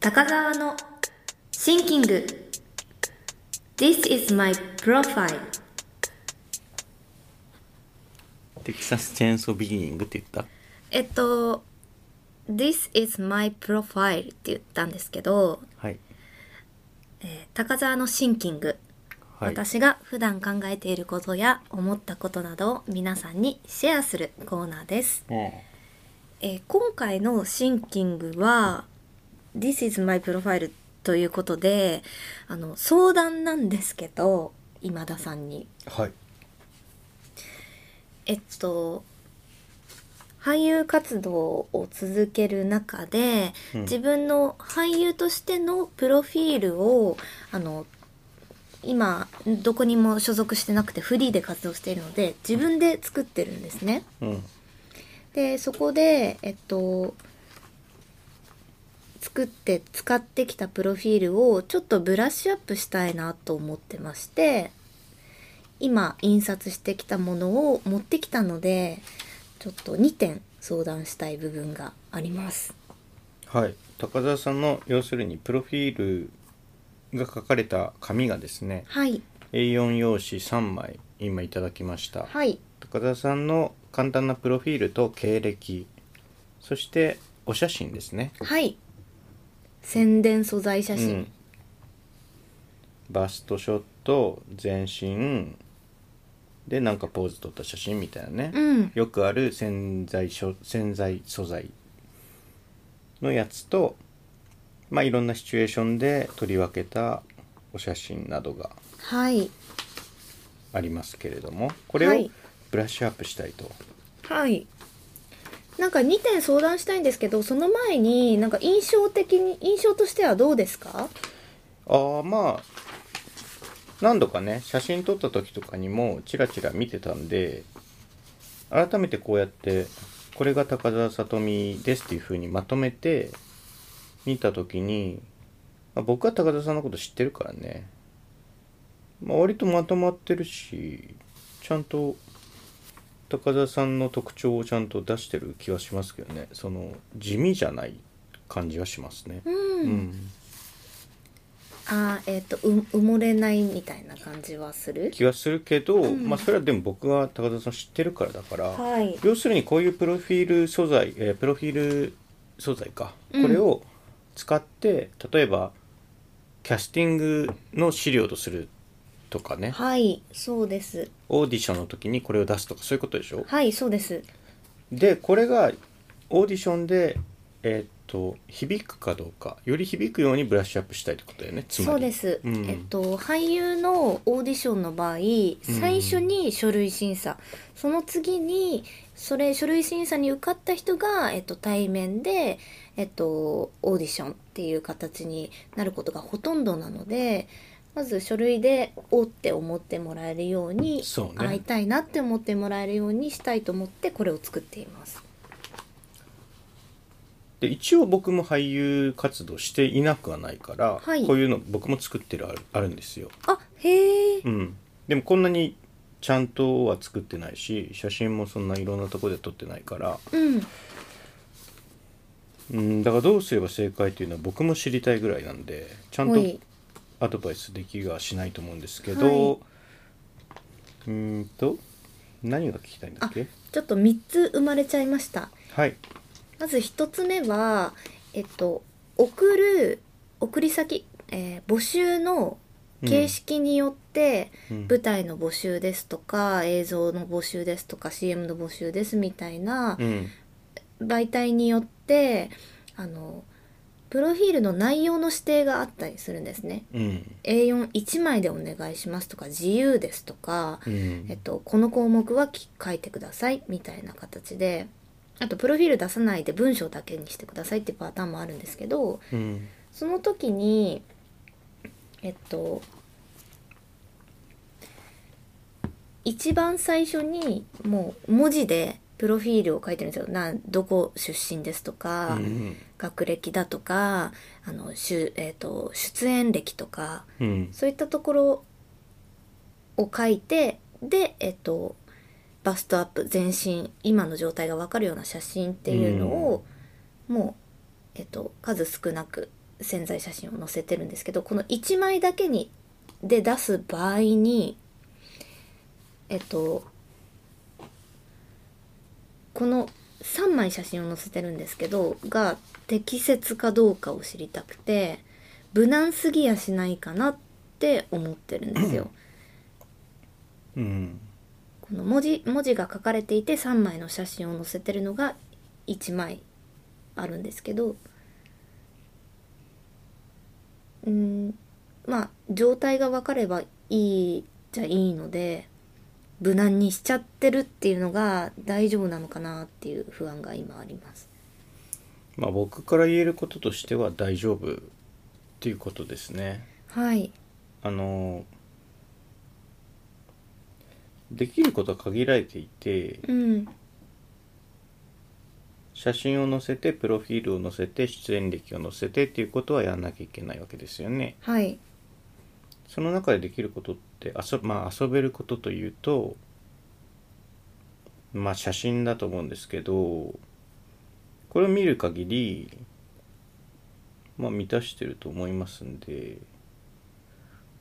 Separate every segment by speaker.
Speaker 1: 高沢の Thinking This is my profile
Speaker 2: テキサスチェーンソービギニングって言った
Speaker 1: えっと This is my profile って言ったんですけど
Speaker 2: はい
Speaker 1: 高沢のシンキング、
Speaker 2: はい
Speaker 1: 私が普段考えていることや思ったことなどを皆さんにシェアするコーナーです、えー今回のシンキングは This is my profile ということであの相談なんですけど今田さんに
Speaker 2: はい
Speaker 1: えっと俳優活動を続ける中で、
Speaker 2: うん
Speaker 1: 自分の俳優としてのプロフィールをあの今どこにも所属してなくてフリーで活動しているので自分で作ってるんですね。
Speaker 2: うん
Speaker 1: でそこでえっと作って使ってきたプロフィールをちょっとブラッシュアップしたいなと思ってまして今印刷してきたものを持ってきたのでちょっと2点相談したい部分があります。
Speaker 2: はい高澤さんの要するにプロフィールが書かれた紙がですね
Speaker 1: はい、
Speaker 2: A4 用紙3枚今いただきました、
Speaker 1: はい、
Speaker 2: 高澤さんの簡単なプロフィールと経歴そしてお写真ですね
Speaker 1: はい。宣伝素材写
Speaker 2: う
Speaker 1: 真、
Speaker 2: ん、バストショット全身でなんかポーズ撮った写真みたいなね、
Speaker 1: うん
Speaker 2: よくある潜在しょ潜在素材のやつとまあいろんなシチュエーションで取り分けたお写真などが
Speaker 1: はい、
Speaker 2: ありますけれどもこれ
Speaker 1: は
Speaker 2: を
Speaker 1: い
Speaker 2: ブラッシュアップしたいと、
Speaker 1: はい。なんか2点相談したいんですけど、その前になんか印象的に印象としてはどうですか？
Speaker 2: ああまあ何度かね写真撮った時とかにもチラチラ見てたんで改めてこうやってこれが高澤さとみですっていう風にまとめて見た時に、まあ、僕は高澤さんのこと知ってるからね、まあ、割とまとまってるしちゃんと高澤さんの特徴をちゃんと出してる気はしますけどねその地味じゃない感じはしますね。
Speaker 1: うん。
Speaker 2: うん
Speaker 1: あーえっ、とう埋もれないみたいな感じはする？
Speaker 2: 気はするけど、
Speaker 1: ん
Speaker 2: まあそれはでも僕は高田さん知ってるからだから、
Speaker 1: はい。
Speaker 2: 要するにこういうプロフィール素材、えープロフィール素材か、
Speaker 1: うん
Speaker 2: これを使って例えばキャスティングの資料とするとかね
Speaker 1: はい、そうです。
Speaker 2: オーディションの時にこれを出すとかそういうことでしょ
Speaker 1: はい、そうです。
Speaker 2: でこれがオーディションでえーっと響くかどうかより響くようにブラッシュアップしたいってことだよねつまり
Speaker 1: そうです、
Speaker 2: うん
Speaker 1: えっと俳優のオーディションの場合最初に書類審査、その次にそれ書類審査に受かった人が、えっと、対面で、えっと、オーディションっていう形になることがほとんどなのでまず書類で「お」って思ってもらえるように
Speaker 2: そうね
Speaker 1: 会いたいなって思ってもらえるようにしたいと思ってこれを作っています。
Speaker 2: で一応僕も俳優活動していなくはないから、
Speaker 1: はい
Speaker 2: こういうの僕も作ってるあるあるんですよ、
Speaker 1: あへえ
Speaker 2: うん、でもこんなにちゃんとは作ってないし写真もそんないろんなとこで撮ってないから、
Speaker 1: うん
Speaker 2: うん、だからどうすれば正解っていうのは僕も知りたいぐらいなんでちゃん
Speaker 1: ほ
Speaker 2: と
Speaker 1: い
Speaker 2: アドバイスできはしないと思うんですけ
Speaker 1: は
Speaker 2: ど、うーんと何が聞きたいんだっけ
Speaker 1: ちょっと3つ生まれちゃいました。
Speaker 2: はい
Speaker 1: まず一つ目は、えっと、送る送り先、えー募集の形式によって、
Speaker 2: うん
Speaker 1: 舞台の募集ですとか映像の募集ですとか CM の募集ですみたいな
Speaker 2: うん
Speaker 1: 媒体によってあのプロフィールの内容の指定があったりするんですね。
Speaker 2: うん、
Speaker 1: A41 枚でお願いしますとか自由ですとか、
Speaker 2: うん
Speaker 1: えっと、この項目はき書いてくださいみたいな形であとプロフィール出さないで文章だけにしてくださいってパターンもあるんですけど
Speaker 2: うん
Speaker 1: その時にえっと一番最初にもう文字でプロフィールを書いてるんですよ。なんどこ出身ですとか、
Speaker 2: うん
Speaker 1: 学歴だとかあのしゅ、えっと出演歴とか
Speaker 2: うん
Speaker 1: そういったところを書いてで、えっと、バストアップ全身今の状態が分かるような写真っていうのを、もう、えっと、数少なく潜在写真を載せてるんですけどこの1枚だけにで出す場合にえっとこの3枚写真を載せてるんですけどが適切かどうかを知りたくて無難すぎやしないかなって思ってるんですよ。
Speaker 2: うん
Speaker 1: この文字文字が書かれていて3枚の写真を載せてるのが1枚あるんですけどうんまあ状態が分かればいいじゃいいので無難にしちゃってるっていうのが大丈夫なのかなっていう不安が今あります。
Speaker 2: まあ僕から言えることとしては大丈夫っていうことですね
Speaker 1: はい、
Speaker 2: あのできることは限られていて
Speaker 1: うん、
Speaker 2: 写真を載せてプロフィールを載せて出演歴を載せてっていうことはやんなきゃいけないわけですよね
Speaker 1: はい、
Speaker 2: その中でできることって遊,、まあ、遊べることというとまあ写真だと思うんですけどこれを見る限りまあ満たしてると思いますんで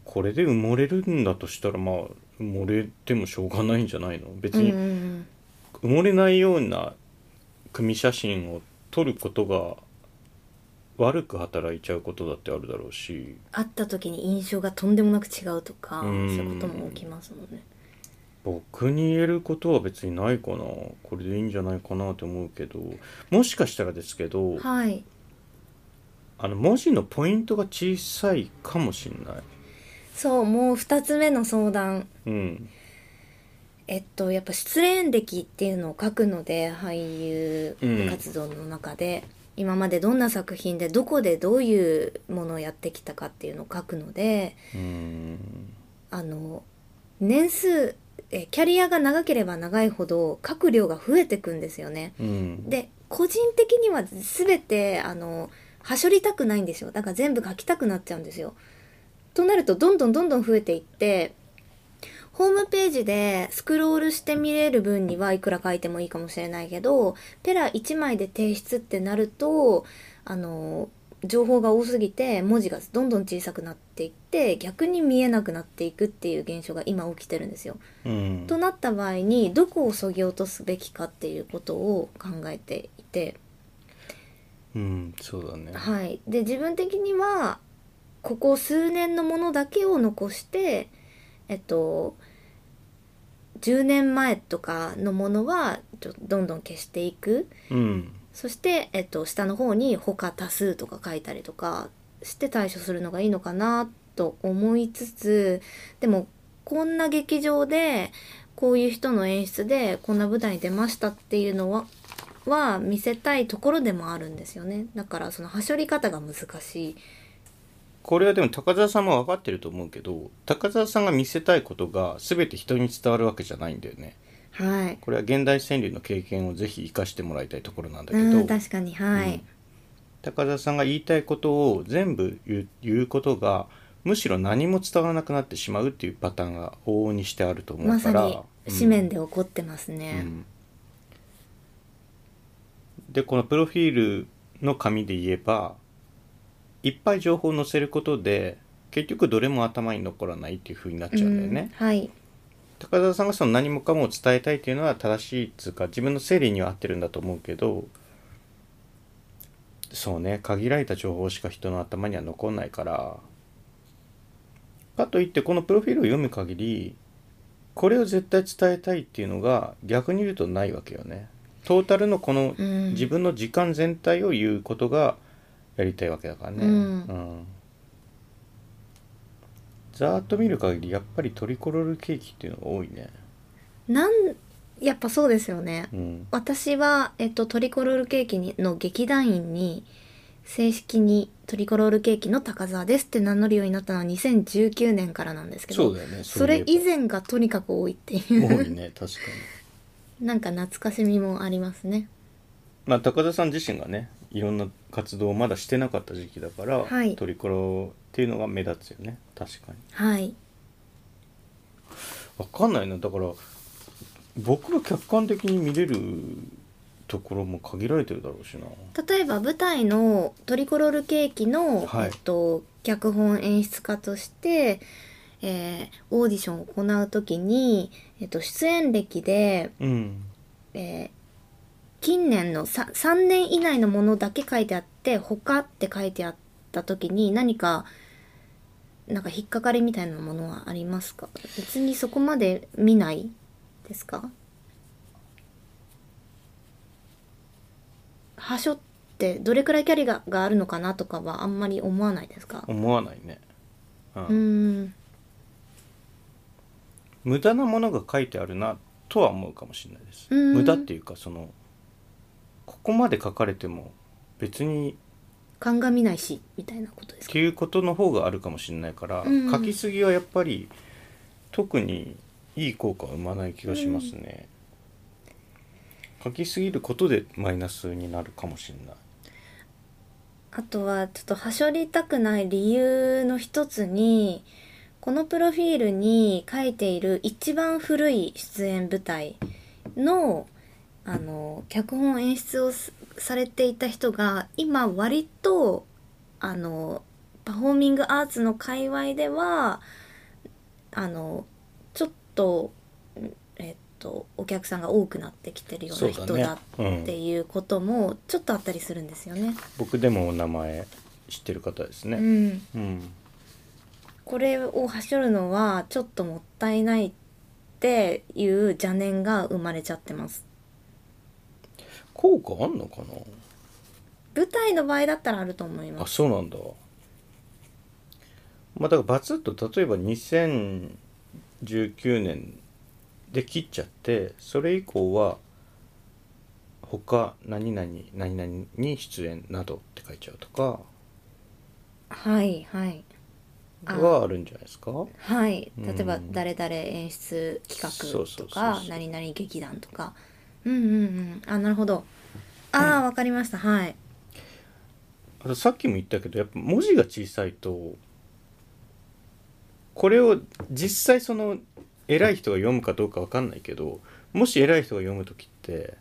Speaker 2: これで埋もれるんだとしたらまあ埋もれてもしょうがないんじゃないの別
Speaker 1: うんう
Speaker 2: に
Speaker 1: んうん、
Speaker 2: 埋もれないような組写真を撮ることが悪く働いちゃうことだってあるだろうし。
Speaker 1: 会った時に印象がとんでもなく違うとかそう
Speaker 2: うん
Speaker 1: いうことも起きますもんね。
Speaker 2: 僕に言えることは別にないかなこれでいいんじゃないかなと思うけどもしかしたらですけど
Speaker 1: はい
Speaker 2: あの文字のポイントが小さいかもしんない
Speaker 1: そうもう2つ目の相談
Speaker 2: うん
Speaker 1: えっとやっぱ出演歴っていうのを書くので俳優
Speaker 2: うん
Speaker 1: 活動の中で、今までどんな作品でどこでどういうものをやってきたかっていうのを書くので
Speaker 2: うーん
Speaker 1: あの年数えキャリアが長ければ長いほど書く量が増えてくんですよね。
Speaker 2: うん
Speaker 1: で個人的には全てあのはしょりたくないんですよだから全部書きたくなっちゃうんですよ。となるとどんどんどんどん増えていってホームページでスクロールして見れる分にはいくら書いてもいいかもしれないけどペラ1枚で提出ってなるとあの情報が多すぎて文字がどんどん小さくなっていって逆に見えなくなっていくっていう現象が今起きてるんですよ。
Speaker 2: うん
Speaker 1: となった場合にどこを削ぎ落とすべきかっていうことを考えていて、
Speaker 2: うんそうだね
Speaker 1: はい、で自分的にはここ数年のものだけを残して、えっと、10年前とかのものはちょどんどん消していく
Speaker 2: うん
Speaker 1: そして、えっと、下の方に「他多数」とか書いたりとかして対処するのがいいのかなと思いつつでもこんな劇場でこういう人の演出でこんな舞台に出ましたっていうのはは見せたいところでもあるんですよねだからそのはしょり方が難しい
Speaker 2: これはでも高澤さんも分かってると思うけど高澤さんが見せたいことが全て人に伝わるわけじゃないんだよね
Speaker 1: はい
Speaker 2: これは現代川柳の経験をぜひ生かしてもらいたいところなんだけ
Speaker 1: う
Speaker 2: ど
Speaker 1: ん確かには
Speaker 2: うん
Speaker 1: い、
Speaker 2: 高田さんが言いたいことを全部言う言うことがむしろ何も伝わらなくなってしまうっていうパターンが往々にしてあると思うから
Speaker 1: まさに紙面で起こってます
Speaker 2: うん
Speaker 1: ね、
Speaker 2: うんでこのプロフィールの紙で言えばいっぱい情報を載せることで結局どれも頭に残らないっていう風になっちゃうんだよね、
Speaker 1: うんはい
Speaker 2: 高田さんがその何もかも伝えたいというのは正しいっつうか自分の整理には合ってるんだと思うけどそうね限られた情報しか人の頭には残んないからかといってこのプロフィールを読む限りこれを絶対伝えたいっていうのが逆に言うとないわけよねトータルのこの
Speaker 1: うん
Speaker 2: 自分の時間全体を言うことがやりたいわけだからね、
Speaker 1: うん
Speaker 2: んざーっと見る限りやっぱりトリコロールケーキっていうのが多いね
Speaker 1: なんやっぱそうですよね
Speaker 2: うん
Speaker 1: 私は、えっと、トリコロールケーキにの劇団員に正式にトリコロールケーキの高沢ですって名乗るようになったのは2019年からなんですけど
Speaker 2: そうだよね
Speaker 1: それ以
Speaker 2: 以
Speaker 1: 前がとにかく多いってい
Speaker 2: 多
Speaker 1: う
Speaker 2: いね確か に
Speaker 1: なんか懐かしみもありますね
Speaker 2: まあ高田さん自身がねいろんな活動をまだしてなかった時期だから、
Speaker 1: はい
Speaker 2: トリコローっていうのが目立つよね確かに
Speaker 1: はい
Speaker 2: わかんないなだから僕が客観的に見れるところも限られてるだろうしな
Speaker 1: 例えば舞台の「トリコロールケーキの」
Speaker 2: はい
Speaker 1: えっと、脚本演出家として、えーオーディションを行う時に、えっと、出演歴で、
Speaker 2: うん
Speaker 1: えー近年の 3, 3年以内のものだけ書いてあって「他」って書いてあった時に何かなんか引っかかりみたいなものはありますか別にそこまで見ないですかはしょってどれくらいキャリががあるのかなとかはあんまり思わないですか
Speaker 2: 思わないね、うん
Speaker 1: うーん
Speaker 2: 無駄なものが書いてあるなとは思うかもしれないです、
Speaker 1: うん
Speaker 2: 無駄っていうかそのここまで書かれても別に
Speaker 1: 鑑みないしみたいなことです
Speaker 2: っ
Speaker 1: か
Speaker 2: ていうことの方があるかもしれないから、
Speaker 1: うん
Speaker 2: 書きすぎはやっぱり特にいい効果は生まない気がしますね、書きすぎることでマイナスになるかもしれない
Speaker 1: あとはちょっとはしょりたくない理由の一つにこのプロフィールに書いている一番古い出演舞台のあの脚本演出をすされていた人が今割とあのパフォーミングアーツの界隈ではあのちょっとんえっとお客さんが多くなってきてるような人だ
Speaker 2: う
Speaker 1: っ
Speaker 2: ん
Speaker 1: ていうこともちょっとあったりするんですよね。
Speaker 2: 僕でもお名前知ってる方です
Speaker 1: う
Speaker 2: ね
Speaker 1: ん、
Speaker 2: うん、
Speaker 1: これを走るのはちょっともったいないっていう邪念が生まれちゃってます
Speaker 2: 効果あんのか
Speaker 1: 舞台の場合だったらあると思い
Speaker 2: なあ
Speaker 1: ます
Speaker 2: そうなんだまあだからバツッと例えば2019年で切っちゃってそれ以降は他何々何々に出演などって書いちゃうとか
Speaker 1: はいはいあ
Speaker 2: はあるんじゃないですか
Speaker 1: はい例え
Speaker 2: う
Speaker 1: ば「
Speaker 2: ん
Speaker 1: 誰々演出企
Speaker 2: そ
Speaker 1: 画」
Speaker 2: うそうそ
Speaker 1: と
Speaker 2: うそう
Speaker 1: か「何々劇団」とかうんうんうんあなるほどああわかりましたはい
Speaker 2: あとさっきも言ったけどやっぱ文字が小さいとこれを実際その偉い人が読むかどうかわかんないけどもし偉い人が読む時って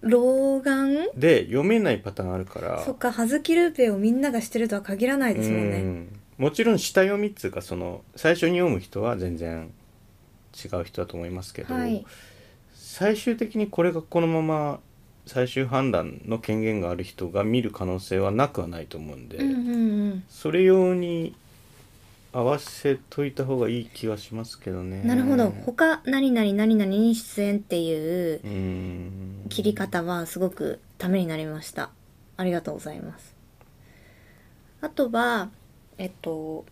Speaker 1: 老眼
Speaker 2: で読めないパターンあるから
Speaker 1: そっか葉月ルーペをみんなが知ってるとは限らないですもん
Speaker 2: う
Speaker 1: ね
Speaker 2: んもちろん下読みっつうかその最初に読む人は全然違う人だと思いますけど、
Speaker 1: はい
Speaker 2: 最終的にこれがこのまま最終判断の権限がある人が見る可能性はなくはないと思うんで。
Speaker 1: うんうんうん
Speaker 2: それ用に合わせといた方がいい気はしますけどね
Speaker 1: なるほど他何々何々に出演っていう
Speaker 2: うーん
Speaker 1: 切り方はすごくためになりましたありがとうございますあとはえっと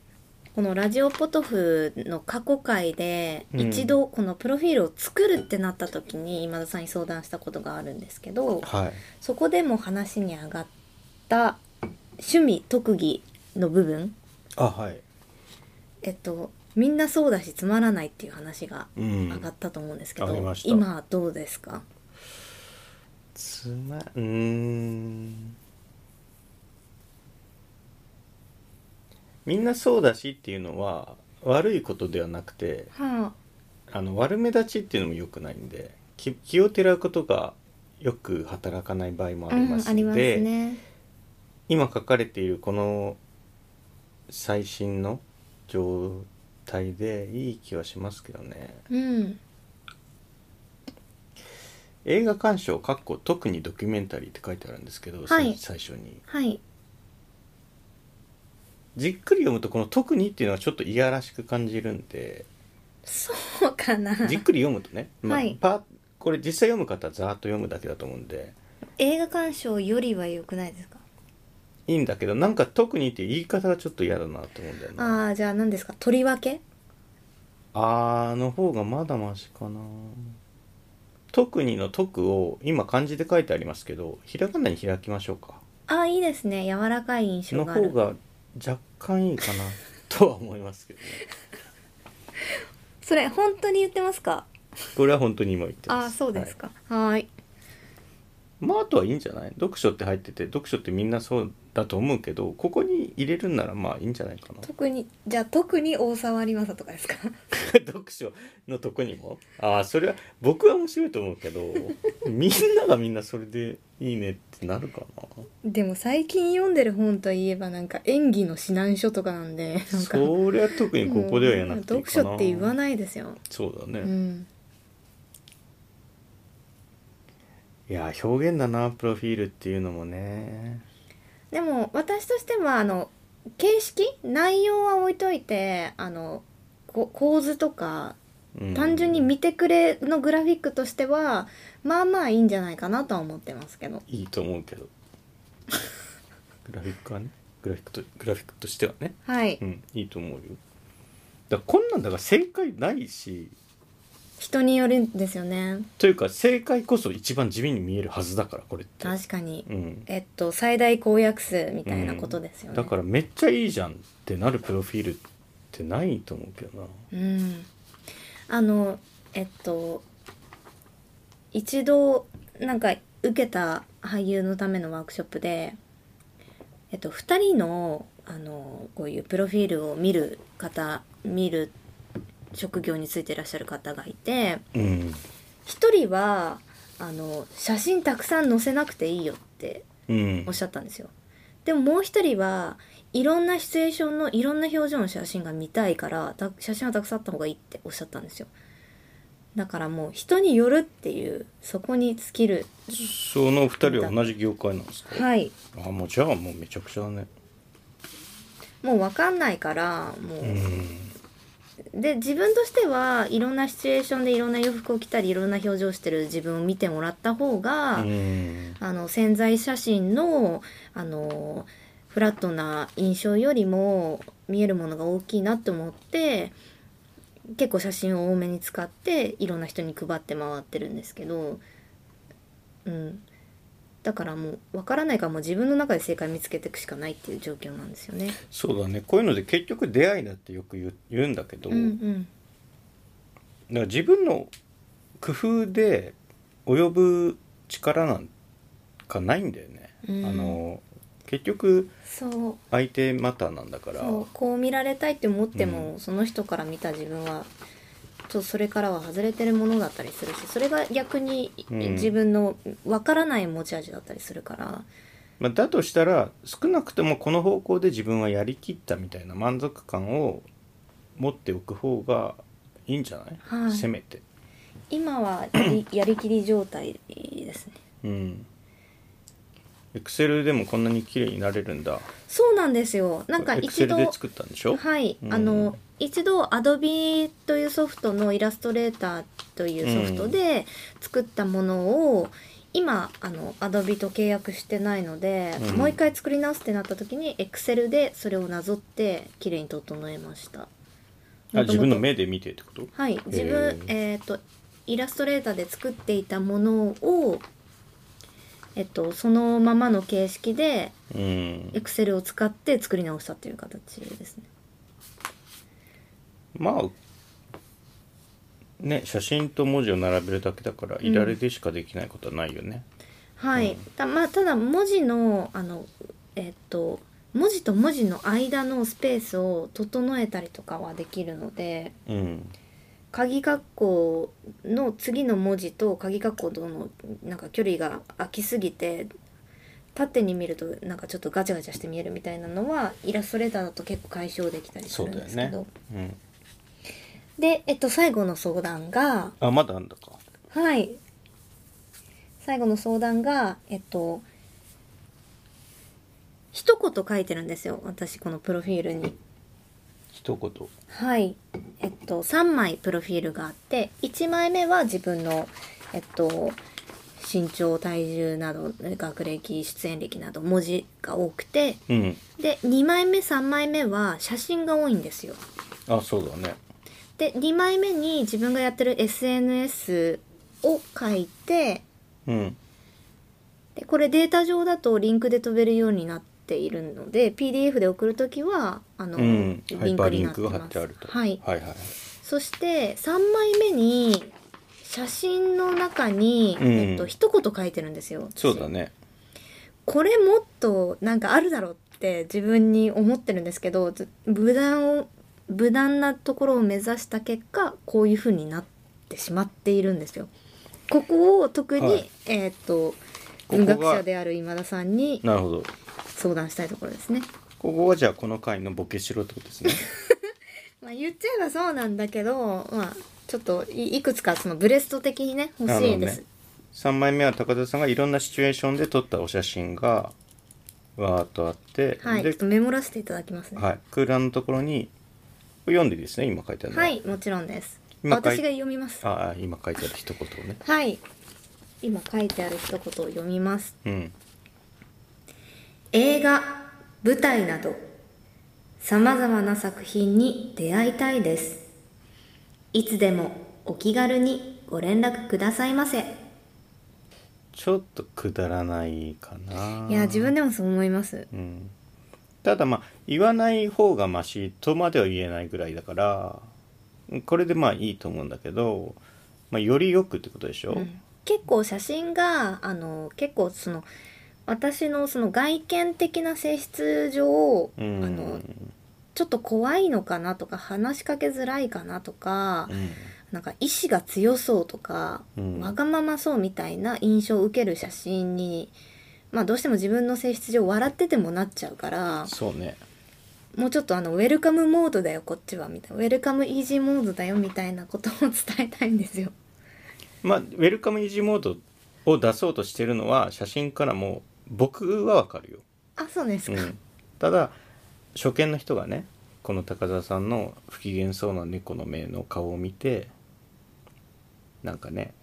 Speaker 1: このラジオポトフの過去回で
Speaker 2: うん
Speaker 1: 一度このプロフィールを作るってなった時に今田さんに相談したことがあるんですけど
Speaker 2: はい
Speaker 1: そこでも話に上がった趣味特技の部分
Speaker 2: あはい
Speaker 1: えっとみんなそうだしつまらないっていう話が
Speaker 2: うん
Speaker 1: 上がったと思うんですけど、
Speaker 2: 上がりました
Speaker 1: 今はどうですか
Speaker 2: つまうーんみんなそうだしっていうのは悪いことではなくて
Speaker 1: は
Speaker 2: あの悪目立ちっていうのも良くないんで気気をてらうことがよく働かない場合も
Speaker 1: あ
Speaker 2: あります
Speaker 1: あ
Speaker 2: ので、
Speaker 1: りますね
Speaker 2: 今書かれているこの最新の状態でいい気はしますけどね
Speaker 1: うん
Speaker 2: 映画鑑賞かっこ特にドキュメンタリーって書いてあるんですけど、さ
Speaker 1: はい
Speaker 2: 最初に
Speaker 1: はい
Speaker 2: じっくり読むとこの「特に」っていうのはちょっといやらしく感じるんで
Speaker 1: そうかな
Speaker 2: じっくり読むとね、まあ
Speaker 1: はい
Speaker 2: パこれ実際読む方はざーっと読むだけだと思うんで
Speaker 1: 映画鑑賞よりは良くないですか
Speaker 2: いいんだけどなんか「特に」っていう言い方がちょっと嫌だなと思うんだよな
Speaker 1: ああじゃあ何ですかとりわけ
Speaker 2: あーの方がまだマシかな特にの特を今漢字で書いてありますけどひらがなに開きましょうか
Speaker 1: ああいいですね柔らかい印象
Speaker 2: の
Speaker 1: がある
Speaker 2: 方が若干いいかなとは思いますけどね
Speaker 1: それ本当に言ってますか
Speaker 2: これは本当に今言ってま
Speaker 1: あ
Speaker 2: す
Speaker 1: あそうですかはーい
Speaker 2: まああとはいいんじゃない読書って入ってて読書ってみんなそうだと思うけどここに入れるんならまあいいんじゃない かな
Speaker 1: 特にじゃあ特に大沢有正とかです か
Speaker 2: 読書のとこにもああそれは僕は面白いと思うけど みんながみんなそれでいいねってなるか
Speaker 1: でも最近読んでる本といえばなんか演技の指南書とかなんで
Speaker 2: な
Speaker 1: なんか
Speaker 2: そりゃ特にここではやらなくていい
Speaker 1: 読
Speaker 2: かな
Speaker 1: 書って言わないですよ、
Speaker 2: そうだね、
Speaker 1: う
Speaker 2: い
Speaker 1: ん、
Speaker 2: や表現だなプロフィールっていうのもね
Speaker 1: でも私としてはあの形式内容は置いといてあのこ構図とか
Speaker 2: うん
Speaker 1: 単純に見てくれのグラフィックとしてはまあまあいいんじゃないかなとは思ってますけど
Speaker 2: いいと思 うけどグラフィックはねグラフィックとグラフィックとしてはね
Speaker 1: はい、
Speaker 2: うんいいと思うよだからこんなんだから正解ないし
Speaker 1: 人によるんですよね
Speaker 2: というか正解こそ一番地味に見えるはずだからこれって
Speaker 1: 確かに
Speaker 2: うん、
Speaker 1: えっと最大公約数みたいなことですよね、
Speaker 2: だからめっちゃいいじゃんってなるプロフィールってないと思うけどな
Speaker 1: うん、あのえっと一度なんか受けた俳優のためのワークショップで、えっと、2人のあのこういうプロフィールを見る方見る職業についていらっしゃる方がいて
Speaker 2: うん
Speaker 1: 1人はあの写真たくさん載せなくていいよって
Speaker 2: うん
Speaker 1: おっしゃったんですよ。でももう一人はいろんなシチュエーションのいろんな表情の写真が見たいからた写真はたくさんあった方がいいっておっしゃったんですよだからもう人によるっていうそこに尽きる
Speaker 2: その二人は同じ業界なんですか、
Speaker 1: はい
Speaker 2: あもうじゃあもうめちゃくちゃだね
Speaker 1: もう分かんないからも
Speaker 2: う
Speaker 1: う、
Speaker 2: ん
Speaker 1: で自分としてはいろんなシチュエーションでいろんな洋服を着たりいろんな表情をしてる自分を見てもらった方が、
Speaker 2: うん
Speaker 1: あの潜在写真のあのフラットな印象よりも見えるものが大きいなと思って結構写真を多めに使っていろんな人に配って回ってるんですけど、うん、だからもう分からないからもう自分の中で正解見つけていくしかないっていう状況なんですよね。
Speaker 2: そうだねこういうので結局出会いだってよく言う言うんだけど、
Speaker 1: うんうん
Speaker 2: だから自分の工夫で及ぶ力なんかないんだよね、
Speaker 1: うん
Speaker 2: あの結局
Speaker 1: そう
Speaker 2: 相手マターなんだから
Speaker 1: そうこう見られたいって思っても、
Speaker 2: う
Speaker 1: その人から見た自分はちょっとそれからは外れてるものだったりするしそれが逆に、
Speaker 2: うん
Speaker 1: 自分のわからない持ち味だったりするから
Speaker 2: まあ、だとしたら少なくともこの方向で自分はやりきったみたいな満足感を持っておく方がいいんじゃない、
Speaker 1: はい
Speaker 2: せめて。
Speaker 1: 今はやり やりきり状態ですね
Speaker 2: うんエクセルでもこんなに綺麗になれるんだ
Speaker 1: そうなんですよなんか
Speaker 2: エクセ
Speaker 1: 一
Speaker 2: ル
Speaker 1: 度
Speaker 2: で作ったんでしょ、
Speaker 1: はい、
Speaker 2: うん
Speaker 1: あの一度アドビというソフトのイラストレーターというソフトで作ったものを、今あのアドビと契約してないので、
Speaker 2: うん
Speaker 1: もう一回作り直すってなった時にエクセルでそれをなぞって綺麗に整えました。
Speaker 2: あ自分の目で見てってこと
Speaker 1: はい自分、えー、とイラストレーターで作っていたものを、えっと、そのままの形式で
Speaker 2: うん
Speaker 1: エクセルを使って作り直したという形ですね。
Speaker 2: まあね写真と文字を並べるだけだからいられでしかできないことはないよね、
Speaker 1: はい、たまあただ文字のあのえっと文字と文字の間のスペースを整えたりとかはできるので
Speaker 2: うん
Speaker 1: 鍵括弧の次の文字と鍵括弧とのなんか距離が空きすぎて縦に見るとなんかちょっとガチャガチャして見えるみたいなのはイラストレーターだと結構解消できたりす
Speaker 2: そ
Speaker 1: る
Speaker 2: うんだよ
Speaker 1: ですけ
Speaker 2: ね
Speaker 1: ど、、
Speaker 2: うん、
Speaker 1: で、えっと、最後の相談が
Speaker 2: あまだあんだか
Speaker 1: はい。最後の相談が、えっと、一言書いてるんですよ。私、このプロフィールに。
Speaker 2: 一言
Speaker 1: はい。えっと、3枚プロフィールがあって、1枚目は自分の、えっと、身長、体重など、学歴、出演歴など、文字が多くて、
Speaker 2: うん
Speaker 1: で、2枚目、3枚目は写真が多いんですよ。
Speaker 2: あそうだね
Speaker 1: で、2枚目に自分がやってる SNS を書いて、
Speaker 2: うん
Speaker 1: でこれデータ上だとリンクで飛べるようになっているので PDF で送るときはあの、
Speaker 2: うんハ
Speaker 1: リ
Speaker 2: イ
Speaker 1: ン
Speaker 2: パー
Speaker 1: ク
Speaker 2: リ
Speaker 1: に
Speaker 2: ン
Speaker 1: なって
Speaker 2: クが貼っ
Speaker 1: ま
Speaker 2: て
Speaker 1: す
Speaker 2: あると
Speaker 1: はい、
Speaker 2: はいはい
Speaker 1: そして3枚目に写真の中に、
Speaker 2: うん
Speaker 1: えっと一言書いてるんですよ。私
Speaker 2: そうだね
Speaker 1: これもっとなんかあるだろうって自分に思ってるんですけどず無断を無断なところを目指した結果こういう風になってしまっているんですよ。ここを特に、
Speaker 2: はい
Speaker 1: えーっと
Speaker 2: こ
Speaker 1: 文
Speaker 2: が
Speaker 1: 学者である今田さんに
Speaker 2: なるほど
Speaker 1: 相談したいところですね。
Speaker 2: ここはじゃあこの回のボケしろってことです ね
Speaker 1: まあ、言っちゃえばそうなんだけど、まあ、ちょっといいくつかそのブレスト的にね欲しいで
Speaker 2: なるほ
Speaker 1: す
Speaker 2: どね。3枚目は高田さんがいろんなシチュエーションで撮ったお写真がわーっとあって、
Speaker 1: はい、ちょ
Speaker 2: で
Speaker 1: っとメモらせていただきますね。
Speaker 2: はい、空欄のところにこれ読んでいいですね今書いてあるの
Speaker 1: はい、もちろんです。
Speaker 2: 今書い
Speaker 1: 私が読みます。
Speaker 2: ああ今書いてある一言をね
Speaker 1: はい。今書いてある一言を読みます。
Speaker 2: うん
Speaker 1: 映画、舞台など、様々な作品に出会いたいです。いつでもお気軽にご連絡くださいませ。
Speaker 2: ちょっとくだらないかない
Speaker 1: や、自分でもそう思います。
Speaker 2: うん、ただまあ言わない方がマシとまでは言えないぐらいだからこれでまあいいと思うんだけど、まあ、よりよくってことでしょ、
Speaker 1: うん結構写真が、あの、結構その、私のその外見的な性質上、
Speaker 2: うん
Speaker 1: あの、ちょっと怖いのかなとか、話しかけづらいかなとか、
Speaker 2: うん
Speaker 1: なんか意志が強そうとか、
Speaker 2: うん
Speaker 1: わがままそうみたいな印象を受ける写真に、まあ、どうしても自分の性質上笑っててもなっちゃうから
Speaker 2: そうね
Speaker 1: もうちょっとあのウェルカムモードだよこっちはみたいなウェルカムイージーモードだよみたいなことを伝えたいんですよ。
Speaker 2: まあウェルカムイージーモードを出そうとしてるのは写真からも僕はわかるよ、
Speaker 1: あそうです
Speaker 2: う
Speaker 1: か、
Speaker 2: ん、ただ初見の人がねこの高澤さんの不機嫌そうな猫の目の顔を見てなんかね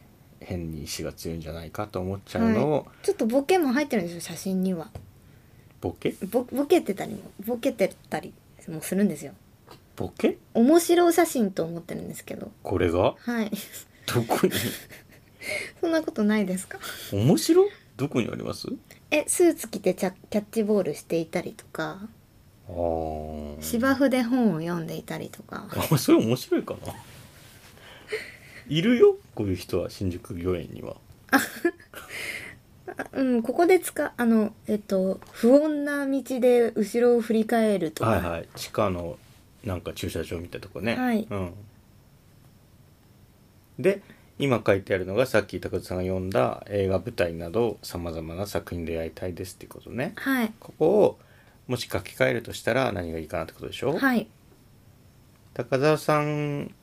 Speaker 2: 変に意志が強いんじゃないかと思っちゃうのを、
Speaker 1: はい、ちょっとボケも入ってるんですよ写真には
Speaker 2: ボケ
Speaker 1: ボボケてたりもボケてたりもするんですよ
Speaker 2: ボケ
Speaker 1: 面白写真と思ってるんですけど
Speaker 2: これが
Speaker 1: はい
Speaker 2: どこに
Speaker 1: そんなことないですか
Speaker 2: 面白どこにあります
Speaker 1: えスーツ着てチャキャッチボールしていたりとか
Speaker 2: あー
Speaker 1: 芝生で本を読んでいたりとか
Speaker 2: あそれ面白いかないるよこういう人は新宿御苑には
Speaker 1: あうんここで使あのえっと不穏な道で後ろを振り返るとか、
Speaker 2: はいはい地下のなんか駐車場みたいなとこね、
Speaker 1: はい
Speaker 2: うん、で今書いてあるのがさっき高津さんが読んだ映画舞台などさまざまな作品でやりたいですっていうことね
Speaker 1: はい
Speaker 2: ここをもし書き換えるとしたら何がいいかなってことでしょ
Speaker 1: はい
Speaker 2: 高澤さん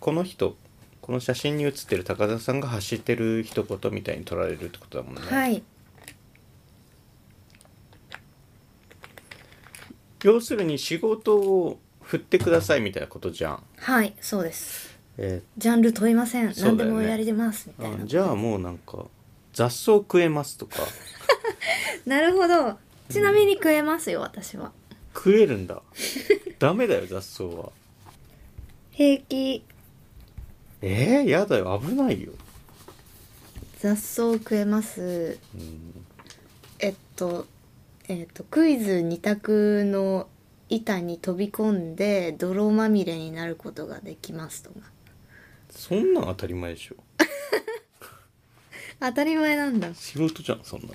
Speaker 2: この人この写真に写ってる高澤さんが発してる一言みたいに取られるってことだもんね、
Speaker 1: はい
Speaker 2: 要するに仕事を振ってくださいみたいなことじゃん、
Speaker 1: はいそうです
Speaker 2: え
Speaker 1: ジャンル問いません、
Speaker 2: そうだよ
Speaker 1: 何
Speaker 2: ね
Speaker 1: でもやりますみ
Speaker 2: ー
Speaker 1: たいな
Speaker 2: あじゃあもうなんか雑草食えますとか
Speaker 1: なるほどちなみに食えますよ私は
Speaker 2: 食えるんだ ダメだよ雑草は
Speaker 1: 平気
Speaker 2: えー、やだよ危ないよ、
Speaker 1: 雑草食えます
Speaker 2: うん、
Speaker 1: えっとえっとクイズ2択の板に飛び込んで泥まみれになることができますとか
Speaker 2: そんなん当たり前でしょ
Speaker 1: 当たり前なんだ
Speaker 2: 仕事じゃんそんなの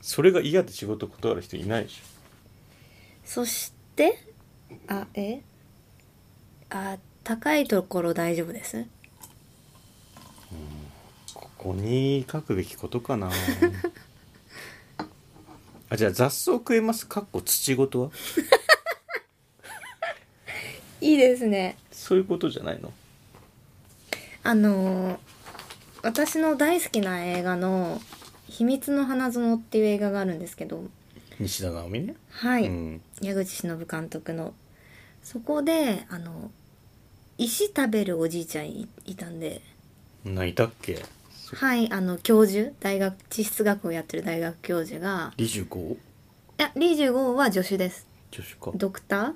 Speaker 2: それが嫌で仕事断る人いないでしょ
Speaker 1: そしてあえあ高いところ大丈夫です
Speaker 2: ここに書くべきこと かなあじゃあ雑草食えますかっこ土ごとは
Speaker 1: い
Speaker 2: い
Speaker 1: ですね
Speaker 2: そういうことじゃないの
Speaker 1: あのー私の大好きな映画の「秘密の花園」っていう映画があるんですけど
Speaker 2: 西田直美ね、
Speaker 1: はい、
Speaker 2: うん、
Speaker 1: 矢口忍監督のそこであの石食べるおじいちゃんいいたんで
Speaker 2: ないたっけそ
Speaker 1: はいあの教授大学地質学をやってる大学教授が
Speaker 2: リジュゴ
Speaker 1: いやリージュ号は助手です
Speaker 2: 女子か
Speaker 1: ドクタ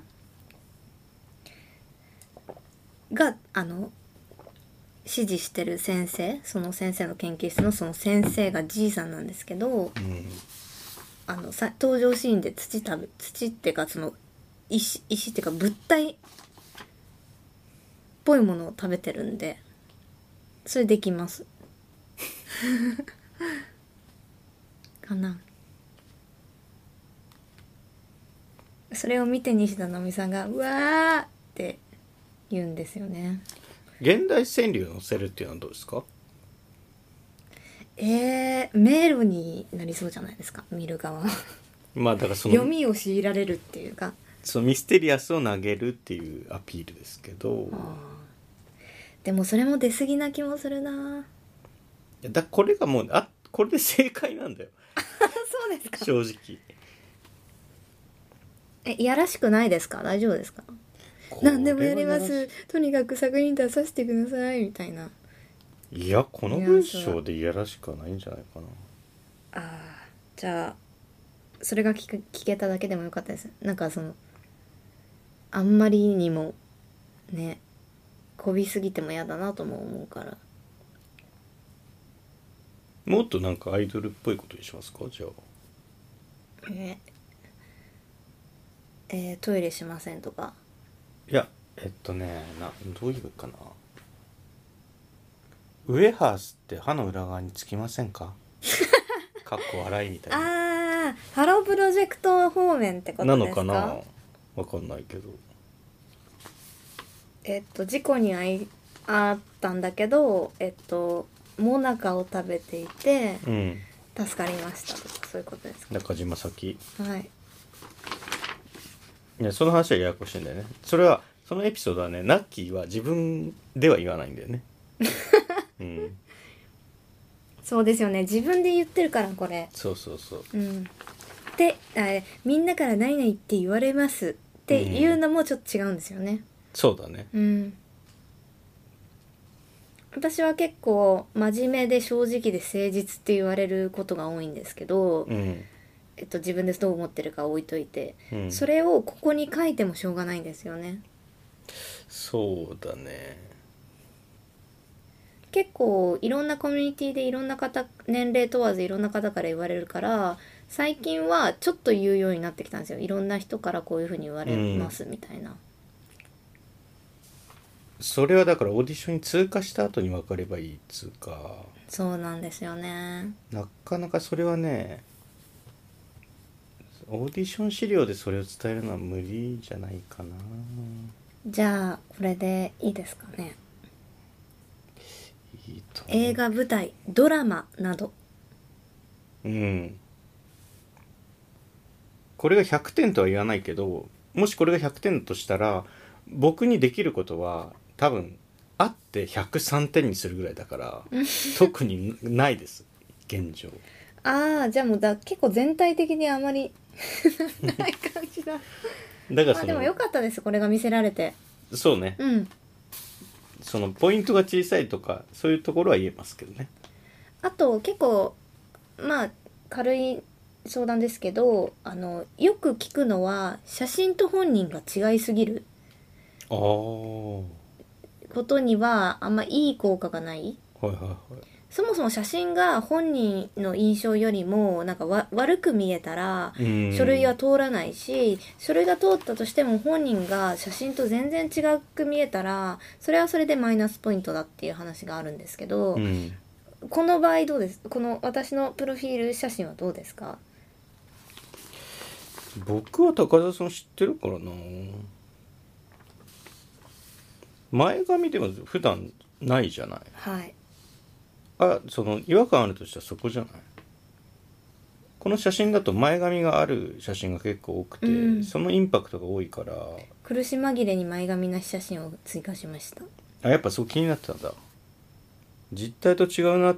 Speaker 1: ーがあの指示してる先生その先生の研究室のその先生がじいさんなんですけど
Speaker 2: うん
Speaker 1: あのさ登場シーンで土食べ土っていうかその石石っていうか物体っぽいものを食べてるんでそれできます かなそれを見て西田のみさんが「うわー!」って言うんですよね
Speaker 2: 現代川柳を載せるっていうのはどうですか
Speaker 1: えー、迷路になりそうじゃないですか見る側は
Speaker 2: まあだからそ
Speaker 1: 読
Speaker 2: の
Speaker 1: みを強いられるっていうか
Speaker 2: そのミステリアスを投げるっていうアピールですけど
Speaker 1: でもそれも出過ぎな気もするない
Speaker 2: やだこれがもうあこれで正解な んだよ
Speaker 1: あそうですか
Speaker 2: 正直
Speaker 1: えいやらしくないですか大丈夫ですか何でもやりま
Speaker 2: これは
Speaker 1: すとにかく作品出させてくださいみたいない
Speaker 2: やこの文章でいやらしくはないんじゃないかな
Speaker 1: あーじゃあそれが聞く聞けただけでもよかったですなんかそのあんまりにもねこびすぎても嫌だなとも思うから
Speaker 2: もっとなんかアイドルっぽいことにしますかじゃあ
Speaker 1: ええートイレしませんとか
Speaker 2: いやえっとねなどういうかなウエハースって歯の裏側につきません かかっこ笑いみたいな
Speaker 1: あーハロープロジェクト方面ってこと
Speaker 2: な
Speaker 1: で
Speaker 2: の
Speaker 1: すか
Speaker 2: かなわかんないけど
Speaker 1: えっと事故に遭いあったんだけどえっともなかを食べていて
Speaker 2: うん
Speaker 1: 助かりましたとかそういうことです
Speaker 2: 中島咲
Speaker 1: かはい
Speaker 2: いやその話はややこしいんだよねそれはそのエピソードはねナッキーは自分では言わないんだよ ねうん
Speaker 1: そうですよね自分で言ってるからこれ
Speaker 2: そうそうそう
Speaker 1: うんであえみんなから何々って言われますっていうのもちょっと違うんですよね、
Speaker 2: そうだね
Speaker 1: うん私は結構真面目で正直で誠実って言われることが多いんですけど、
Speaker 2: うん、
Speaker 1: えっと、自分でどう思ってるか置いといて、
Speaker 2: うん、
Speaker 1: それをここに書いてもしょうがないんですよね
Speaker 2: そうだね
Speaker 1: 結構いろんなコミュニティでいろんな方年齢問わずいろんな方から言われるから最近はちょっと言うようになってきたんですよいろんな人からこういうふうに言われますみたいな、
Speaker 2: それはだからオーディションに通過した後に分かればいいっつうか
Speaker 1: そうなんですよね
Speaker 2: なかなかそれはねオーディション資料でそれを伝えるのは無理じゃないかな
Speaker 1: じゃあこれでいいですかね
Speaker 2: いいと思う
Speaker 1: 映画舞台ドラマなど
Speaker 2: うんこれが100点とは言わないけどもしこれが100点だとしたら僕にできることは多分あって103点にするぐらいだ から特にないです現状
Speaker 1: ああじゃあもうだ結構全体的にあまり ない感じ だ
Speaker 2: だから
Speaker 1: まあ
Speaker 2: そ
Speaker 1: で
Speaker 2: の
Speaker 1: もよかったですこれが見せられて
Speaker 2: そうね
Speaker 1: うん
Speaker 2: そのポイントが小さいとかそういうところは言えますけどね
Speaker 1: あと結構まあ軽い相談ですけどあのよく聞くのは写真と本人が違いすぎる
Speaker 2: ああは
Speaker 1: ことにはあんまいい効果がない
Speaker 2: いはいはい
Speaker 1: そもそも写真が本人の印象よりもなんかわ悪く見えたら
Speaker 2: うん
Speaker 1: 書類は通らないし書類が通ったとしても本人が写真と全然違く見えたらそれはそれでマイナスポイントだっていう話があるんですけど、
Speaker 2: うん、
Speaker 1: この場合どうですこの私のプロフィール写真はどうですか
Speaker 2: 僕は高田さん知ってるからな前髪でも普段ないじゃない
Speaker 1: はい
Speaker 2: あその違和感あるとしたらそこじゃないこの写真だと前髪がある写真が結構多くて、
Speaker 1: うん
Speaker 2: そのインパクトが多いから
Speaker 1: 苦し紛れに前髪なし写真を追加しました
Speaker 2: あやっぱそう気になってたんだ実態と違うなっ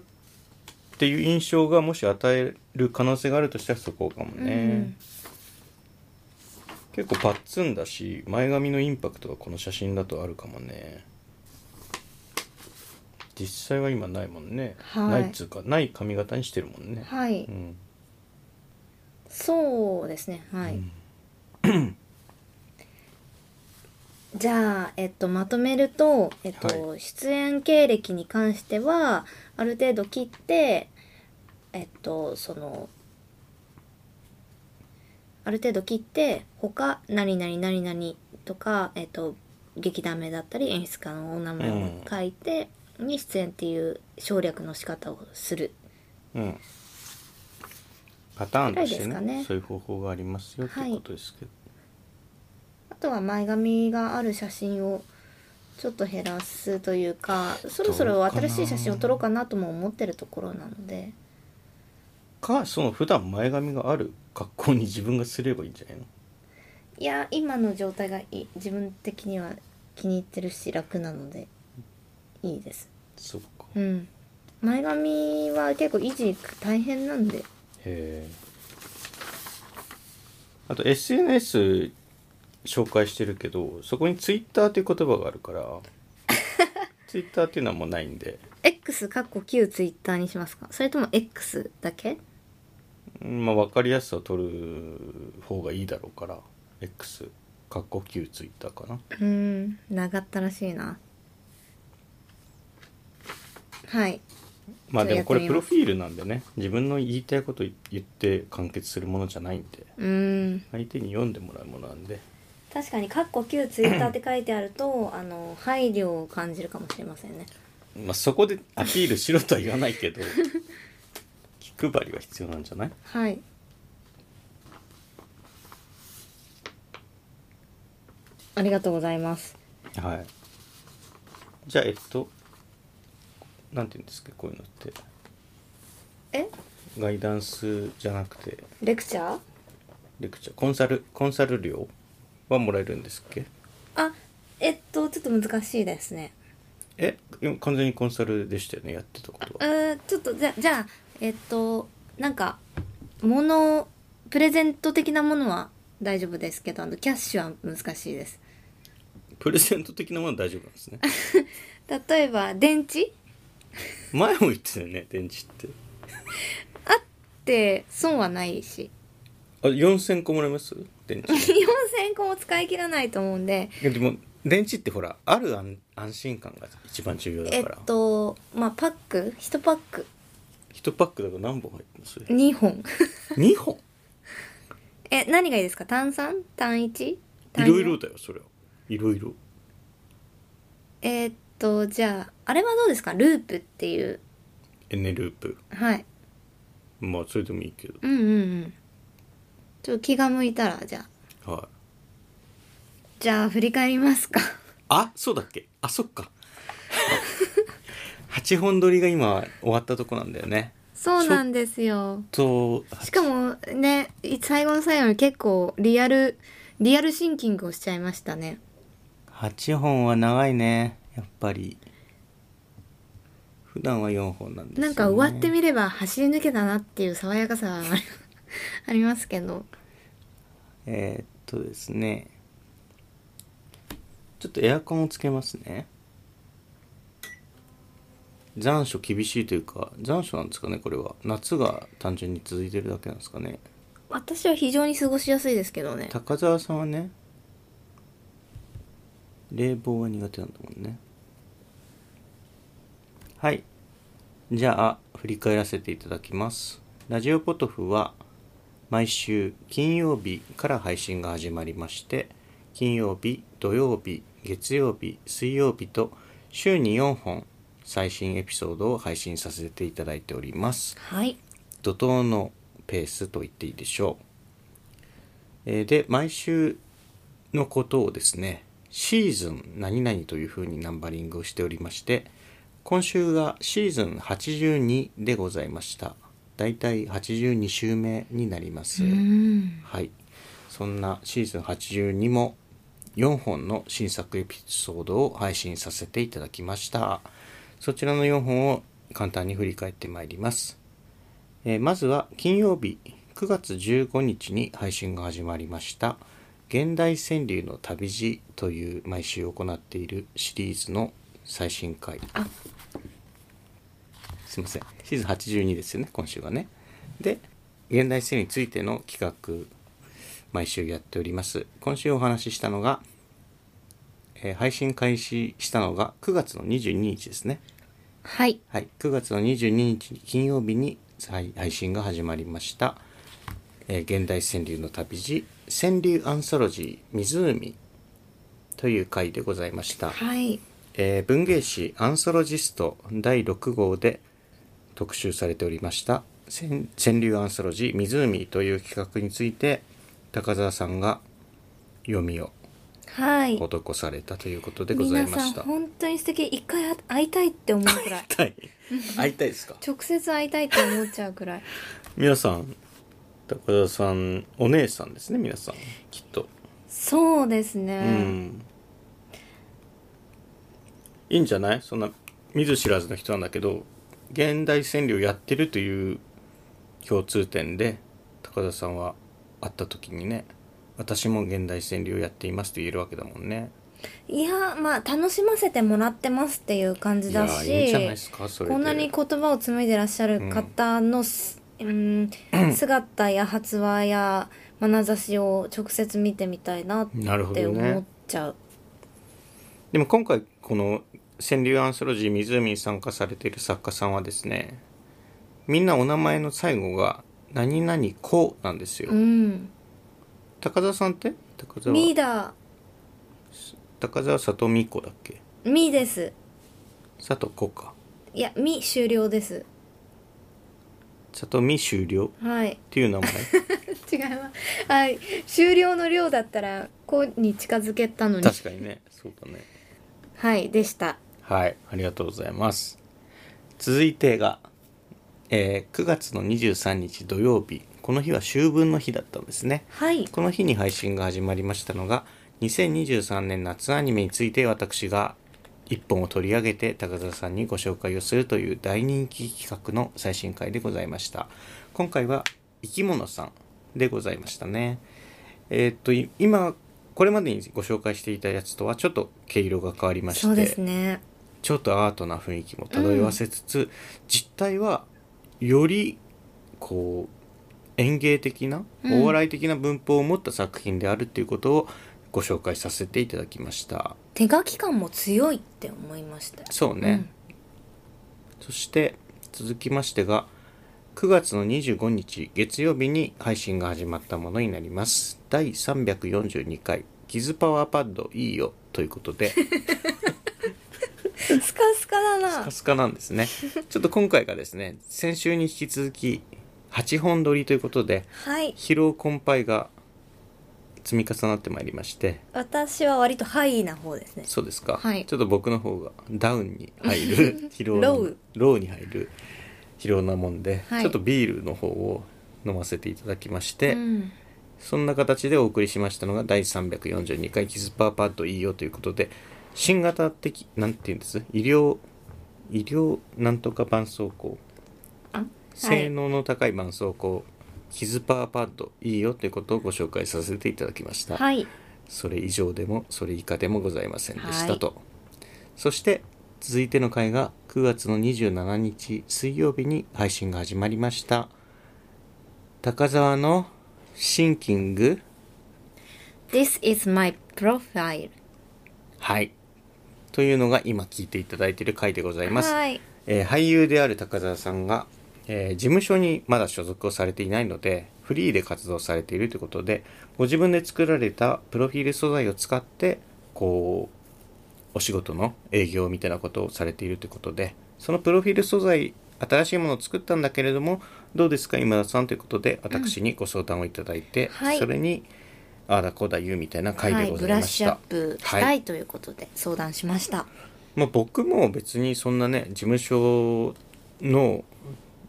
Speaker 2: ていう印象がもし与える可能性があるとしたらそこかもね、
Speaker 1: うん
Speaker 2: 結構パッツンだし前髪のインパクトがこの写真だとあるかもね実際は今ないもんね、
Speaker 1: はい
Speaker 2: ないっつうかない髪型にしてるもんね、
Speaker 1: はい、
Speaker 2: うん
Speaker 1: そうですねはい、
Speaker 2: うん
Speaker 1: じゃあ、えっと、まとめると、えっと出演経歴に関してはある程度切ってえっとそのある程度切って他何々何々とか、えっと、劇団名だったり演出家のお名前を書いて、に出演っていう省略の仕方をする
Speaker 2: うん、パターンとして
Speaker 1: ぐら
Speaker 2: ね
Speaker 1: いですかね
Speaker 2: そういう方法がありますよって
Speaker 1: はい
Speaker 2: ことですけど、
Speaker 1: あとは前髪がある写真をちょっと減らすというかそろそろ新しい写真を撮ろうかなとも思ってるところなので
Speaker 2: かその普段前髪がある格好に自分がすればいいんじゃないの
Speaker 1: いや今の状態がいい自分的には気に入ってるし楽なのでいいです
Speaker 2: そうかへ
Speaker 1: うん前髪は結構維持大変なんで
Speaker 2: えあと SNS 紹介してるけどそこに Twitter っていう言葉があ るから Twitter っていうのはもうないんで
Speaker 1: X かっこ旧 Twitter にしますかそれとも X だけ
Speaker 2: うんまあ分かりやすさを取る方がいいだろうから X かっこ Q ツイッターかな
Speaker 1: うん長ったらしいなはい
Speaker 2: まあ
Speaker 1: ちょっと
Speaker 2: でもこ
Speaker 1: や
Speaker 2: れ
Speaker 1: ってみ
Speaker 2: プロ
Speaker 1: ます
Speaker 2: フィールなんでね自分の言いたいこと言って完結するものじゃないんで
Speaker 1: うん
Speaker 2: 相手に読んでもらうものなんで
Speaker 1: 確かに「かっこ旧ツイッター」って書いてあると あの配慮を感じるかもしれませんね
Speaker 2: まあそこでアピールしろとは言わない けど気配りは必要なんじゃない
Speaker 1: はいありがとうございます
Speaker 2: はいじゃあえっとなんて言うんですかこういうのって
Speaker 1: え
Speaker 2: ガイダンスじゃなくて
Speaker 1: レクチャー
Speaker 2: レクチャーコンサルコンサル料はもらえるんですっけ
Speaker 1: あえっとちょっと難しいですね
Speaker 2: え今完全にコンサルでしたよねやってたこと
Speaker 1: う
Speaker 2: は
Speaker 1: ーんちょっとじゃじゃあえっとなんかものプレゼント的なものは大丈夫ですけどあのキャッシュは難しいです
Speaker 2: プレゼント的なものは大丈夫なんで すね
Speaker 1: 例えば電池っ
Speaker 2: 前も言ってたよね電池って
Speaker 1: て損はないし
Speaker 2: あ4000個もらえます電池
Speaker 1: 4000個も使い切らないと思うんで
Speaker 2: いやでも電池ってほらある安安心感が一番重要だ
Speaker 1: えっ
Speaker 2: から、
Speaker 1: とまあパック1パック
Speaker 2: 一1パックだと何本入ってます
Speaker 1: 2本
Speaker 2: 2本
Speaker 1: え何がいいですか単3単1
Speaker 2: い
Speaker 1: 単
Speaker 2: ろいろだよそれはいろいろ
Speaker 1: えっとじゃああれはどうですかループっていう
Speaker 2: エネループ
Speaker 1: はい
Speaker 2: まあそれでもいいけど
Speaker 1: うんうんうんちょっと気が向いたらじゃあ
Speaker 2: はい
Speaker 1: じゃあ振り返りますか
Speaker 2: あそうだっけあそっ か8本撮りが今終わったとこなんだよね
Speaker 1: そうなんですよ
Speaker 2: と
Speaker 1: しかもね最後の最後に結構リアルリアルシンキングをしちゃいましたね
Speaker 2: 8本は長いねやっぱり普段は4本なんですよ、ね、
Speaker 1: なんか終わってみれば走り抜けたなっていう爽やかさはありありますけど
Speaker 2: えーっとですねちょっとエアコンをつけますね残暑厳しいというか残暑なんですかねこれは夏が単純に続いてるだけなんですかね
Speaker 1: 私は非常に過ごしやすいですけどね
Speaker 2: 高澤さんはね冷房は苦手なんだもんねはいじゃあ振り返らせていただきますラジオポトフは毎週金曜日から配信が始まりまして金曜日土曜日月曜日水曜日と週に4本最新エピソードを配信させていただいております
Speaker 1: はい
Speaker 2: 怒涛のペースと言っていいでしょう、えーで毎週のことをですねシーズン何々というふうにナンバリングをしておりまして今週がシーズン82でございましただいたい82週目になります
Speaker 1: うん
Speaker 2: はいそんなシーズン82も4本の新作エピソードを配信させていただきましたそちらの4本を簡単に振り返ってまいりますえーまずは金曜日9月15日に配信が始まりました「現代川柳の旅路」という毎週行っているシリーズの最新回
Speaker 1: あ
Speaker 2: すいませんシーズン82ですよね今週はねで現代性についての企画毎週やっております今週お話ししたのが、えー配信開始したのが9月の22日ですね
Speaker 1: はい
Speaker 2: はい、9月の22日金曜日にはい配信が始まりました、えー現代川柳の旅路川柳アンソロジー湖という回でございました
Speaker 1: はい
Speaker 2: えー文芸誌アンソロジスト第6号で特集されておりました川川柳アンソロジー湖という企画について高澤さんが読みを
Speaker 1: はい
Speaker 2: 施されたということでござい
Speaker 1: 皆
Speaker 2: ま
Speaker 1: さん
Speaker 2: した。
Speaker 1: 本当に素敵一回会いたいって思うく らい
Speaker 2: はい。会いたいですか
Speaker 1: 直接会いたいって思っちゃうくらい
Speaker 2: 皆さん、高田さん、お姉さんですね、皆さん。きっと。
Speaker 1: そうです
Speaker 2: う
Speaker 1: ね、
Speaker 2: ん。いいんじゃないそんな、見ず知らずの人なんだけど、現代川柳やってるという共通点で、高田さんは会った時にね、私も現代川柳やっていますと言えるわけだもんね。
Speaker 1: いやまあ楽しませてもらってますっていう感じだ
Speaker 2: いや
Speaker 1: し
Speaker 2: いいんじゃないですか、それで。
Speaker 1: こんなに言葉を紡いでらっしゃる方のす、うん姿や発話や眼差しを直接見てみたいなっ
Speaker 2: なるほ
Speaker 1: て
Speaker 2: どね
Speaker 1: 思っ。ちゃう、
Speaker 2: でも今回この「川柳アンソロジー湖」に参加されている作家さんはですねみんなお名前の最後が「何々子」なんですよ、
Speaker 1: うん
Speaker 2: 高澤さんって高澤
Speaker 1: ミーダ
Speaker 2: 高澤里美子だっけ
Speaker 1: ーミーです
Speaker 2: 里子か
Speaker 1: いやミ終了です
Speaker 2: 里美終了
Speaker 1: はい
Speaker 2: っていう名前
Speaker 1: 違いますはい終了の量だったら「こ」に近づけたのに
Speaker 2: 確かにねそうだね
Speaker 1: はいでした
Speaker 2: はいありがとうございます続いてが、えー9月の23日土曜日この日は秋分の日だったんですね
Speaker 1: はい
Speaker 2: この日に配信が始まりましたのが2023年夏アニメについて私が一本を取り上げて高田さんにご紹介をするという大人気企画の最新回でございました今回は生き物さんでございましたねえーっとい今これまでにご紹介していたやつとはちょっと毛色が変わりまして
Speaker 1: そうですね
Speaker 2: ちょっとアートな雰囲気も漂わせつつ、実態はよりこう園芸的な
Speaker 1: うん
Speaker 2: お笑い的な文法を持った作品であるっていうことをご紹介させていただきました
Speaker 1: 手書き感も強いって思いました
Speaker 2: そうね、そして続きましてが9月の25日月曜日に配信が始まったものになります第342回「キズパワーパッドいいよ」ということで
Speaker 1: うんスカスカだ
Speaker 2: ス
Speaker 1: な
Speaker 2: カスカなん ですね。ちょっと今回がですね、先週に引き続き8本撮りということで、
Speaker 1: はい
Speaker 2: 疲労困憊が積み重なってまいりまして、
Speaker 1: 私は割とハイな方ですね
Speaker 2: そうですか、
Speaker 1: はい
Speaker 2: ちょっと僕の方がダウンに入 る、疲労の
Speaker 1: ロウ
Speaker 2: ロウに入る疲労なもんで、
Speaker 1: はい
Speaker 2: ちょっとビールの方を飲ませていただきまして、
Speaker 1: うん、
Speaker 2: そんな形でお送りしましたのが第342回キズパーパッドいいよということで、新型的、なんていうんです医療、医療なんとか絆創膏、
Speaker 1: あ
Speaker 2: 性能の高い絆創膏、キズパーパッドいいよということをご紹介させていただきました。
Speaker 1: はい
Speaker 2: それ以上でもそれ以下でもございませんでした
Speaker 1: はい
Speaker 2: と。そして続いての回が9月の27日水曜日に配信が始まりました。高沢のシンキング
Speaker 1: This is my profile
Speaker 2: はい。というのが今聞いていただいている回でございます。
Speaker 1: はい
Speaker 2: えー俳優である高澤さんが、えー事務所にまだ所属をされていないのでフリーで活動されているということでご自分で作られたプロフィール素材を使ってこうお仕事の営業みたいなことをされているということでそのプロフィール素材新しいものを作ったんだけれどもどうですか今田さんということで私にご相談をいただいて、
Speaker 1: はい
Speaker 2: それにああだこうだ言うみたいな回
Speaker 1: は
Speaker 2: で
Speaker 1: い
Speaker 2: ござ
Speaker 1: ブ
Speaker 2: い
Speaker 1: ラ
Speaker 2: ま
Speaker 1: ッ
Speaker 2: し
Speaker 1: シ
Speaker 2: た。
Speaker 1: ュアップしたいということで相談しました、
Speaker 2: まあ、僕も別にそんなね事務所の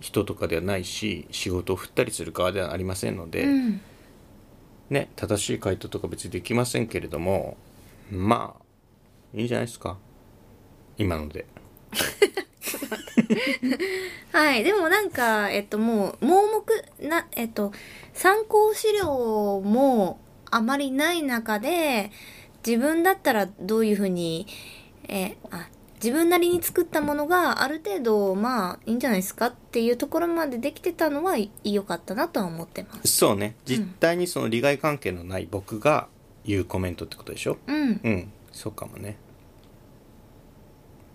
Speaker 2: 人とかではないし仕事を振ったりする側ではありませんので、
Speaker 1: うん
Speaker 2: ね正しい回答とか別にできませんけれどもまあいいんじゃないですか今ので
Speaker 1: はいでもなんかえっともう盲目なえっと参考資料もあまりない中で自分だったらどういうふうにえあ自分なりに作ったものがある程度まあいいんじゃないですかっていうところまでできてたのはい良かったなとは思ってます
Speaker 2: そうね実態にその利害関係のない僕が言うコメントってことでしょ
Speaker 1: うん
Speaker 2: うんそうかもね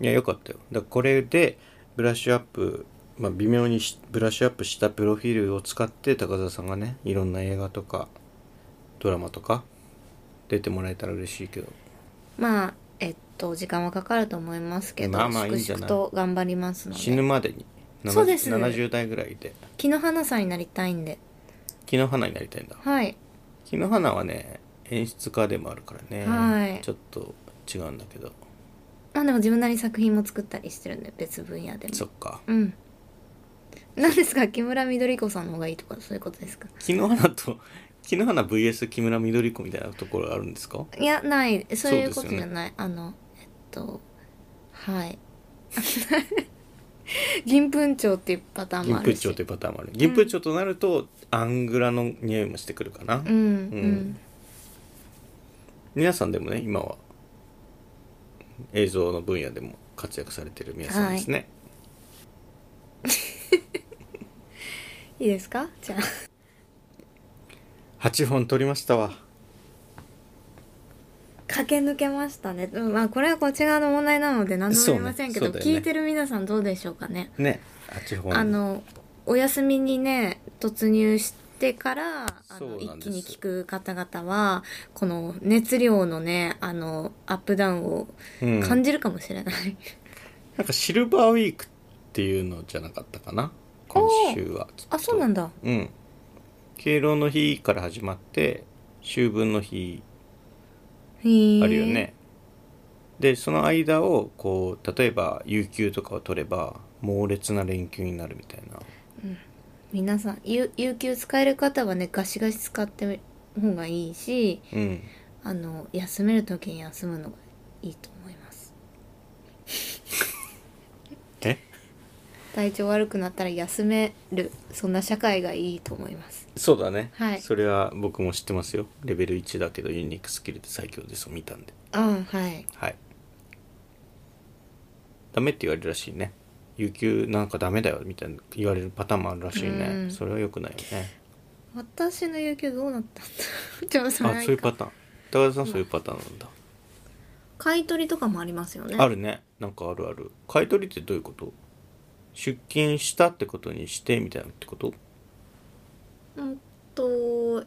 Speaker 2: いやよかったよだからこれでブラッシュアップ、まあ、微妙にしブラッシュアップしたプロフィールを使って高澤さんがねいろんな映画とかドラマとか出てもらえたら嬉しいけど
Speaker 1: まあえっと時間はかかると思いますけど、
Speaker 2: まあまあいいんじ
Speaker 1: 粛
Speaker 2: ゃな
Speaker 1: 々
Speaker 2: い
Speaker 1: と頑張りますので
Speaker 2: 死ぬまでになな
Speaker 1: そうです
Speaker 2: 70代ぐらいで
Speaker 1: 木の花さんになりたいんで
Speaker 2: 木の花になりたいんだ
Speaker 1: はい
Speaker 2: 木の花はね演出家でもあるからね、
Speaker 1: はい
Speaker 2: ちょっと違うんだけど
Speaker 1: まあでも自分なりに作品も作ったりしてるんで別分野でも
Speaker 2: そっか
Speaker 1: うん何ですか木村みどり子さんの方がいいとかそういうことですか
Speaker 2: 木の花と木の花 VS 木村緑子みたいなところあるんですか
Speaker 1: いやないそういうこ
Speaker 2: そう
Speaker 1: と
Speaker 2: ですよ
Speaker 1: じ
Speaker 2: ね
Speaker 1: ゃない、あのえっとはい 銀粉蝶っていうパターンも
Speaker 2: 銀
Speaker 1: あ
Speaker 2: 粉
Speaker 1: るし
Speaker 2: 蝶というパターンもある銀粉蝶となると、アングラの匂いもしてくるかな、
Speaker 1: うんうん、
Speaker 2: 皆さんでもね今は映像の分野でも活躍されてる皆さんですね、
Speaker 1: いいですかじゃあ
Speaker 2: 8本撮りましたわ
Speaker 1: 駆け抜けましたね、うんまあこれはこっち側の問題なので何とも言えませんけど、
Speaker 2: そうねそうだよね
Speaker 1: 聞いてる皆さんどうでしょうかね
Speaker 2: ね8本
Speaker 1: あのお休みにね突入してからあの
Speaker 2: そうな
Speaker 1: 一
Speaker 2: んです
Speaker 1: 気に聞く方々はこの熱量のねあのアップダウンを
Speaker 2: うん
Speaker 1: 感じるかもしれない、
Speaker 2: なんかシルバーウィークっていうのじゃなかったかな今週はきっと
Speaker 1: あそうなんだ
Speaker 2: うん敬老の日から始まって秋分の日
Speaker 1: へー
Speaker 2: あるよね、でその間をこう例えば有給とかを取れば猛烈な連休になるみたいな
Speaker 1: 皆さん有有給使える方はねガシガシ使って方がいいし
Speaker 2: うん
Speaker 1: あの休める時に休むのがいいと思います
Speaker 2: え
Speaker 1: 体調悪くなったら休めるそんな社会がいいと思います
Speaker 2: そうだね、
Speaker 1: はい
Speaker 2: それは僕も知ってますよレベル1だけどユニークスキルで最強ですを見たんで
Speaker 1: ああはい
Speaker 2: はいダメって言われるらしいね有給なんかダメだよみたいな言われるパターンもあるらしいね、
Speaker 1: うん
Speaker 2: それは良くないよね
Speaker 1: 私の有給どうなったんだちょっとそれ
Speaker 2: あ
Speaker 1: は
Speaker 2: そういう
Speaker 1: か
Speaker 2: パターン高田さんそういうパターンなんだ、
Speaker 1: 買い取りとかもありますよね
Speaker 2: あるねなんかあるある買い取りってどういうこと出勤したってことにしてみたいなってこと
Speaker 1: うんと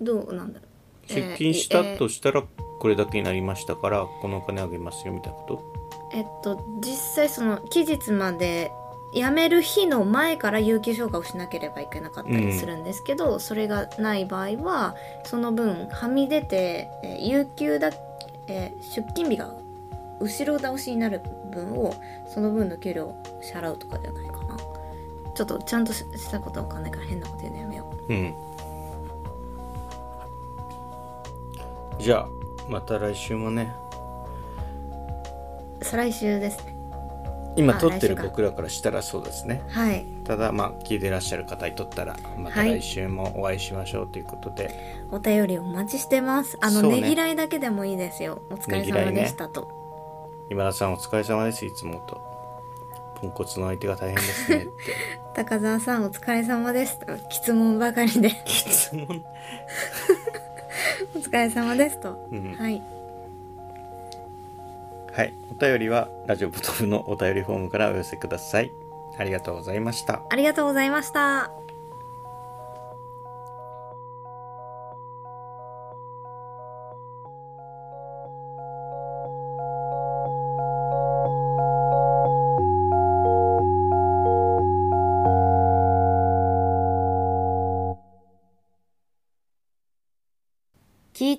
Speaker 1: どうなんだろう
Speaker 2: 出勤した
Speaker 1: えー
Speaker 2: としたらこれだけになりましたからこのお金あげますよみたいなこ
Speaker 1: えっと実際その期日まで辞める日の前から有給消化をしなければいけなかったりするんですけど、それがない場合はその分はみ出て、えー有給だ、えー出勤日が後ろ倒しになる分をその分の給料を支払うとかじゃないかなちょっとちゃんとししたことわかんないから変なこと言うのやめよ
Speaker 2: とうんじゃあまた来週もね
Speaker 1: う再来週ですね
Speaker 2: 今
Speaker 1: あ
Speaker 2: 撮ってる
Speaker 1: 来週か
Speaker 2: 僕らからしたらそうですね
Speaker 1: はい
Speaker 2: ただまあ聞いてらっしゃる方にとったらまた
Speaker 1: はい
Speaker 2: 来週もお会いしましょうということで、
Speaker 1: お便りお待ちしてますあの
Speaker 2: そう
Speaker 1: ね
Speaker 2: ね
Speaker 1: ぎらいだけでもいいですよお疲れ
Speaker 2: ねぎら
Speaker 1: 様
Speaker 2: いね
Speaker 1: でしたと、
Speaker 2: 今田さんお疲れ様ですいつもとポンコツの相手が大変です ねって
Speaker 1: 高澤さんお疲れ様ですと質問ばかり で
Speaker 2: 質問
Speaker 1: お疲れ様ですと、
Speaker 2: うん
Speaker 1: はい
Speaker 2: はいお便りはラジオボトルのお便りフォームからお寄せくださいありがとうございました
Speaker 1: ありがとうございました聞い